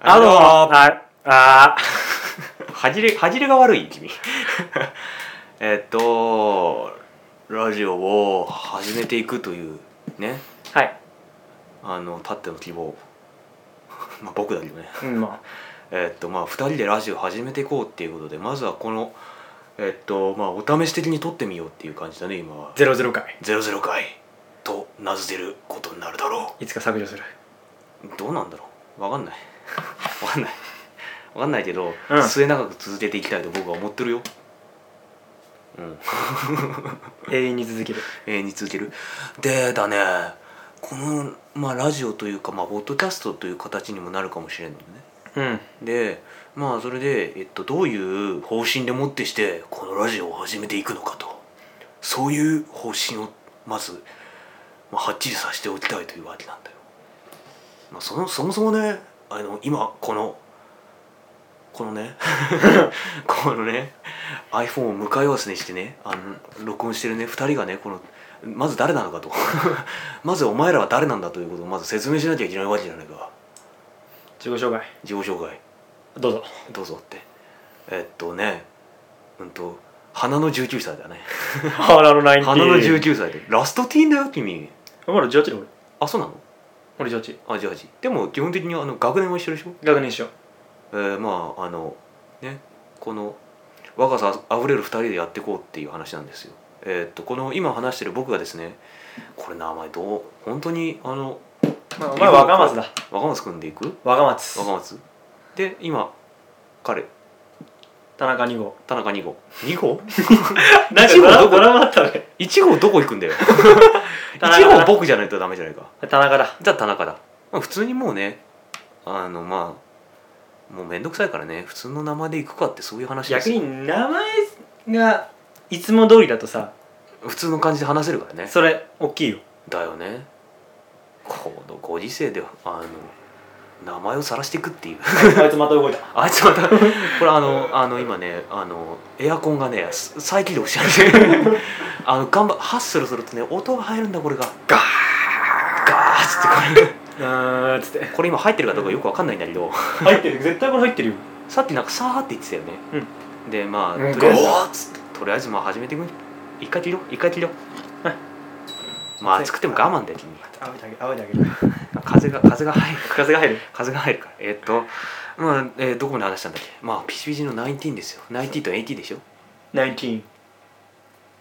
あのーああはじれはじれが悪い君 えっとラジオを始めていくというねーはいあのたっての希望 まあ僕だけどねうんまえっとまあ2人でラジオ始めていこうっていうことでまずはこのえっとまあお試し的に撮ってみようっていう感じだね今はあゼロゼロ回「00回」と名付けることになるだろいつか削除するうどうなんだろうわかんない わかんないわかんないけど、うん末永く続けていきたいと僕は思ってるようん永遠に続ける永遠に続けるでだねこの、まあ、ラジオというか、まあ、ポッドキャストという形にもなるかもしれんのねうんでまあそれで、えっと、どういう方針でもってしてこのラジオを始めていくのかとそういう方針をまず、まあ、はっきりさせておきたいというわけなんだよ、まあ、そのそもそもねあの今このこのね このね iPhone を向かい合わせにしてねあの録音してるね2人がねこのまず誰なのかと まずお前らは誰なんだということをまず説明しなきゃいけないわけじゃないか自己紹介自己紹介どうぞどうぞってえっとねうんと花の19歳だね花のライン花の19歳でラストティーンだよ君まだ18だ俺あそうなの俺18あ18でも基本的にあの学年は一緒でしょ学年一緒えー、まああのねこの若さあふれる2人でやっていこうっていう話なんですよえっとこの今話してる僕がですねこれ名前どう本当にあのまあお前若松だ若松君でいく若松若松で今彼田中2号田中2号2号なん一号どこドラマあったね1号どこ行くんだ よ田中1号僕じゃないとダメじゃないか田中だじゃあ田中だ、まあ、普通にもうねあのまあもうめんどくさいからね普通の名前で行くかってそういう話です逆よに名前がいつも通りだとさ普通の感じで話せるからねそれ大きいよだよねこのご時世であの名前を晒していくっていう あいつまた動いたあいつまたこれあのあの今ねあのエアコンがねす再起動しちゃって あの頑張ハッスルするとね音が入るんだこれがガガーッつってこれーッつってこれ今入ってるかどうかよくわかんないんだけど入ってる絶対これ入ってるよさっきなんかさーって言ってたよね、でまあうんとりあえずゴーとりあえずまあ始めていく一回切ろう一回切ろうまあ暑くても我慢できんあおいてあげるあおいてあげる風が風が入る風が入る風が入るからえーっとまあ、えーどこまで話したんだっけまあピチピチの19ですよ19と80でしょ1919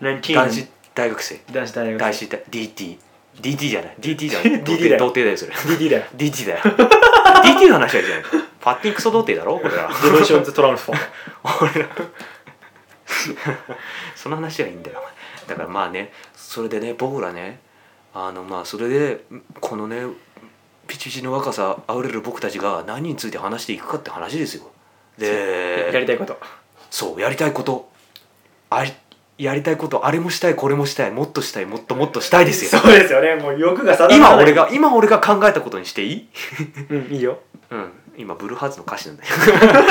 男子大学生男子大学男子大 DT DT じゃない DT じゃない DT だよ童貞だよそれ DD だよ DT だよ DT の話だよじゃないかパッティンクソ童貞だろこれ はデローションズトラ ンスフォーム俺らその話はいいんだよだからまあねそれでね僕らねあのまあそれでこのねピチピチの若さあふれる僕たちが何について話していくかって話ですよやでりたいことそうやりたいことありやりたいことあれもしたいこれもしたいもっとしたいもっともっとしたいですよそうですよねもう欲が定ま今らない俺が今俺が考えたことにしていいうんいいようん、今ブルーハーツの歌詞なんだよ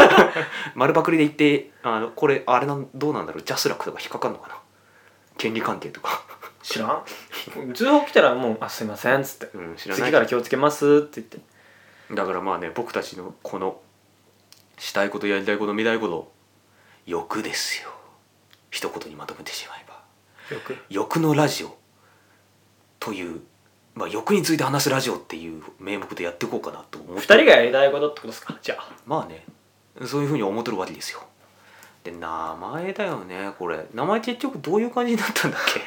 丸パクリで言ってあのこれあれなんどうなんだろうジャスラックとか引っかかんのかな権利関係とか、 知らん通報来たらもう「あすいません」っつってうん、知らな次いから気をつけますって言ってだからまあね僕たちのこのしたいことやりたいこと見たいこと欲ですよ一言にまとめてしまえばよく欲のラジオという、まあ、欲について話すラジオっていう名目でやっていこうかなと思って2人がやりたいことってことですかじゃあまあねそういうふうに思ってるわけですよで名前だよねこれ名前結局どういう感じになったんだっけ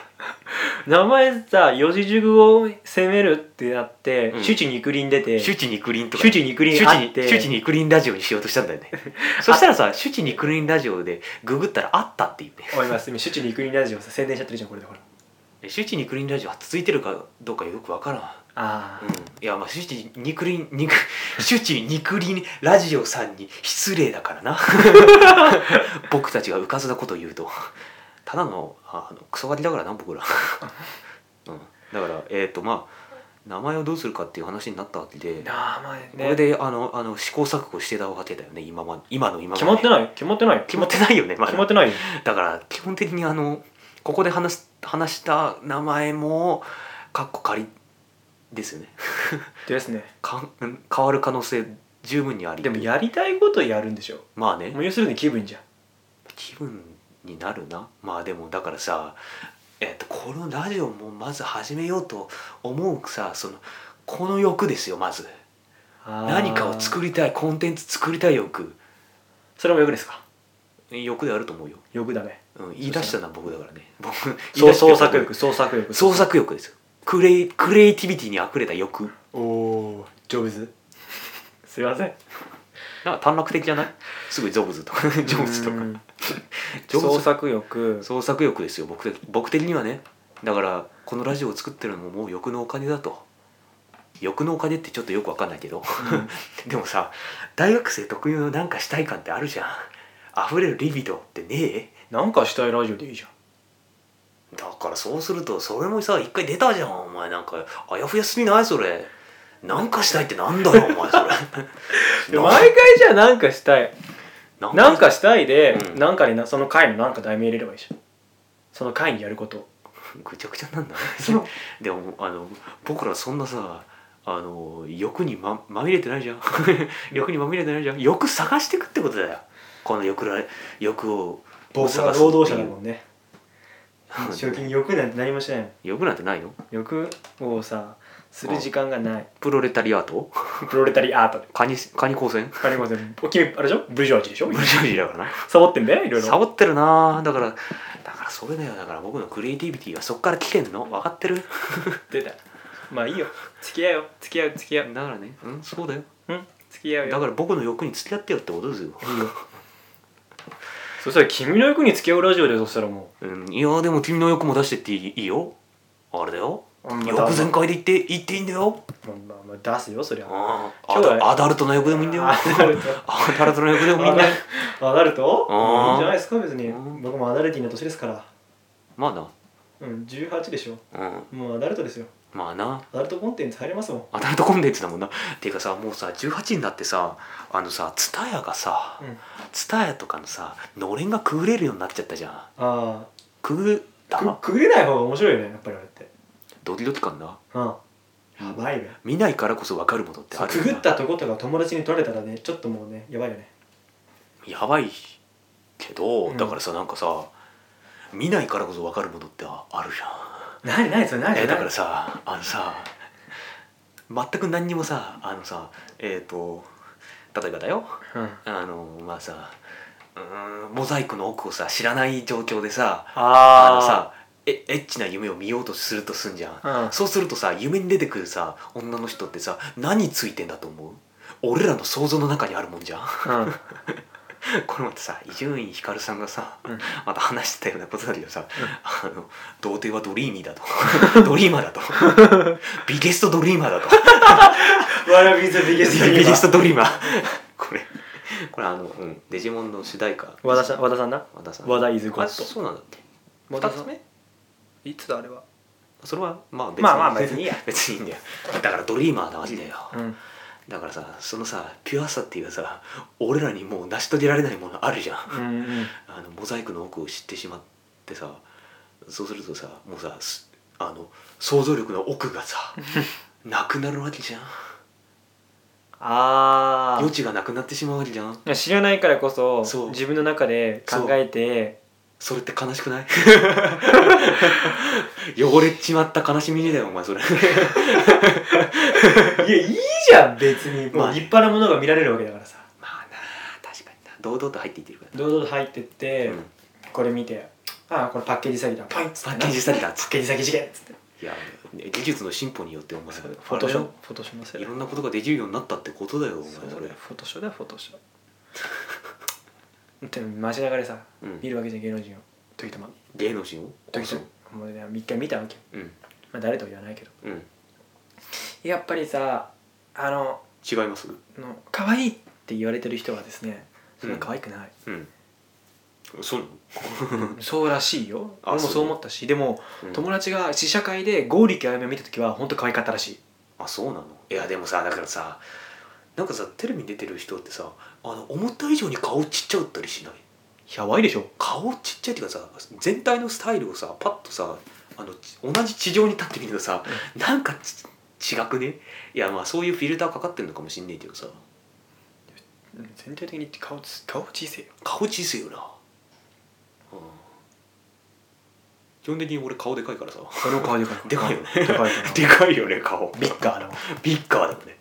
名前さ四字熟語を攻めるってなってうん「周知肉林」出て「周周知肉林とか知肉林」あって周知肉林ラジオにしようとしたんだよねそしたらさ周知肉林ラジオでググったらあったっていうねおいます今周知肉林ラジオさ宣伝しちゃってるじゃんこれでほら周知肉林ラジオは続いてるかどうかよくわからん、あうん、いやまあ周知肉林 肉周知肉林ラジオさんに失礼だからな 僕たちがうかずなことを言うとただのああのクソガキだからな僕ら、 うん、だからえっ、とまあ名前をどうするかっていう話になったわけで、あ名これ前ねであのあの試行錯誤してたわけだよね今ま今の今まで決まってないよ決まってないよ決まってないよねま決まっだてないよだから基本的にあのここで話す話した名前もカッコ仮ですよねですねかん変わる可能性十分にありでもやりたいことやるんでしょまあねもう要するに気分じゃん気分になるなまあでもだからさ、えっとこのラジオもまず始めようと思うさそのこの欲ですよまずあー何かを作りたいコンテンツ作りたい欲それも欲ですか欲であると思うよ、欲だねうん、言い出したのは僕だからね僕言いそう出した創作欲創作欲創作欲ですよクレイクリエイティビティにあふれた欲おおジョブズ すいませんなんか短絡的じゃないすぐジョブズとかジョブズとか うんジョブズ創作欲創作欲ですよ僕的僕的にはねだからこのラジオを作ってるのももう欲のお金だと欲のお金ってちょっとよくわかんないけど でもさ大学生特有のなんかしたい感ってあるじゃん溢れるリビドってね なんかしたいラジオでいいじゃんえだからそうするとそれもさ一回出たじゃんお前なんかあやふやすぎないそれなんかしたいってなんだろうお前それ 毎回じゃあなんかしたいななんかしたいで、うんなんかになその回のなんか題名入れればいいじゃんその回にやることぐちゃぐちゃになんだねそう でもあの僕らそんなさあの欲にままみれてないじゃん欲にまみれてないじゃん欲探してくってことだよこの欲ら欲を僕は探す労働者だもっんねてい賞う金欲なんて何もしないの欲なんてないよ欲をさする時間がないプロレタリアートプロレタリアートでカニカニ光線わかりません君あれでしょブルジョージーでしょブルジョージーだからなサボってんだよいろいサろボってるなだからだからそれだよだから僕のクリエイティビティはそっから来てんの分かってる出たまあいいよ付き合うよ付き合う付き合だうからねうんそうだようん付き合うだよから僕の欲に付き合ってよってことですよいいよそしたら君の欲に付き合うラジオでそしたらもうん、いやでも君の欲も出してっていいよあれだようんまあ欲全開で言って言っていいんだようまあまあまあ出すよそりゃあ今日はねアダルトの欲でもいいんだよアアダルトダルトの欲でもいいんだよアダルトあーいいんじゃないですか別にうん僕もアダルティーな年ですからまあうん18でしょなうんもうアダルトですよまあなアダルトコンテンツ入れますもんアダルトコンテンツだもんなていうかさもうさ18になってさあのさツタヤがさうんツタヤとかのさのれんがくぐれるようになっちゃったじゃんあくぐったあくくぐれない方が面白いよねやっぱりあれってドキドキ感なうんやばいね見ないからこそ分かるものってあるくよぐなったとことか友達に取られたらねちょっともうねやばいよねやばいけど、うんだからさなんかさ見ないからこそ分かるものってああるじゃん何何それ何えだからさあのさ全く何にもさあのさえっ、と例えばだようんあのまあさうーんモザイクの奥をさ知らない状況でさあのあさえエッチな夢を見ようとするとすんじゃん、あそうするとさ夢に出てくるさ女の人ってさ何ついてんだと思う俺らの想像の中にあるもんじゃんうんうんこれまたさ伊集院光さんがさ、うんまた話してたようなことだけどさ、あの童貞はドリーミーだと ドリーマーだとビゲストドリーマーだと What is the ビ biggest ゲストドリーマーこれこれあの、うん、デジモンの主題歌和田さん和田さんな和田さん和田イズゴあッそうなんだっけド2つ目いつだあれはそれはまあ別にまあまあ別にいいや別にいいんだよだからドリーマーなわけだよ、うんだからさそのさピュアさっていうかさ俺らにもう成し遂げられないものあるじゃんうんうんあのモザイクの奥を知ってしまってさそうするとさもうさすあの想像力の奥が さなくなるわけじゃんあ余地がなくなってしまうわけじゃんあ知らないからこそそう自分の中で考えてそれって悲しくない 汚れちまった悲しみにだよお前それいやいいじゃん別にもまあうね立派なものが見られるわけだからさまあなあ確かにな堂々と入っていってるから堂々と入ってっな、てうんこれ見てああこれパッケージ詐欺だパンッつってパなッケージ詐欺だっつっパッケージ詐欺事件っつってていや技術の進歩によってお前フォトショーフォトショーのあせれいいだろんなことができるようになったってことだよお前そうそだれよフォトショーだよフォトショーでも街中でさうん見るわけじゃん芸能人を時たま芸能人を時たまもうね一回見たわけようんまあ誰とは言わないけどうんやっぱりさあの違いますの可愛いって言われてる人はですねそれは可愛くない、うんそうなのそうらしいよあ俺もそそうう思ったしでも、うん友達が試写会で剛力あやめを見た時は本当可愛かったらしいあそうなのいやでもさだからさなんかさテレビに出てる人ってさあの思った以上に顔ちっちゃかったりしないやばいでしょ顔ちっちゃいっていうかさ全体のスタイルをさパッとさあのち同じ地上に立ってみるとさなんかち違くねいやまあそういうフィルターかかってるのかもしんねえけどさうん全体的に顔つ顔小せえよ顔小せえよな、うん、基本的に俺顔でかいからさ それを顔でかいでかいよねでかいかなでかいよね顔ビッカーだもんビッカーだもんね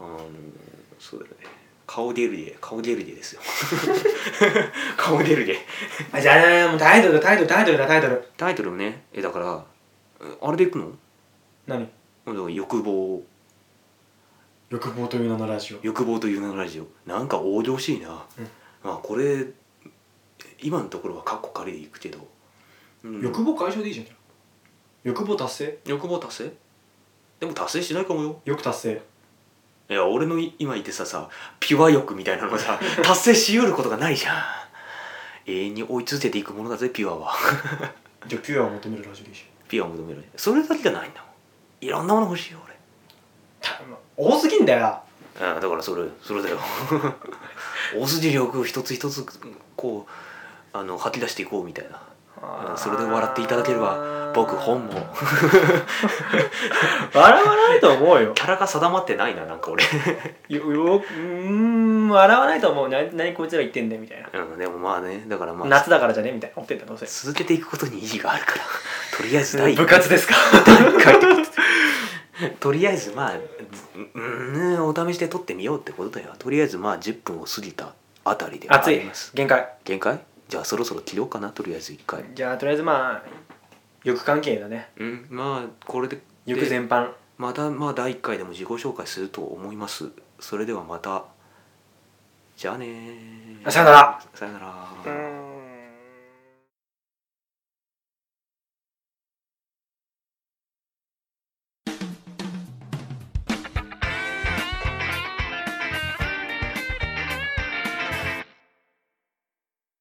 うんそうだよね顔出るで顔出るでですよ 顔出るであじゃあもうタイトルだタイトルタイトルだタイトルタイトルもねえだからえあれでいくの何あの欲望欲望という名のラジオ欲望という名のラジオなんか王道しいな、うんまあこれ今のところはカッコ仮でいくけど、うん欲望解消でいいじゃん欲望達成欲望達成でも達成しないかもよ欲達成いや俺のい今言ってささピュア欲みたいなのが さ達成しうることがないじゃん永遠に追い続けていくものだぜピュアはじゃあピュアを求めるラジオでいいじピュアを求めるそれだけじゃないんだもんいろんなもの欲しいよ俺ゃん多すぎんだよああだからそれそれだ よ大筋力を一つ一つこうあの吐き出していこうみたいなーそれで笑っていただければ僕本も笑わないと思うよキャラが定まってないななんか俺よようーん笑わないと思うな何こいつら言ってんだよみたいなうんでもまあねだからまあ夏だからじゃねみたいな思ってんだどうせ続けていくことに意義があるからとりあえず第一部活 ですか回ってこと とりあえずまあううんお試しで撮ってみようってことだよとりあえずまあ10分を過ぎたあたりではあ暑いります限界限界じゃあそろそろ切ろうかなとりあえず1回じゃあとりあえずまあ欲関係だねうんまあこれで欲で全般またまあ第1回でも自己紹介すると思いますそれではまたじゃあねーあさよならさよならうーん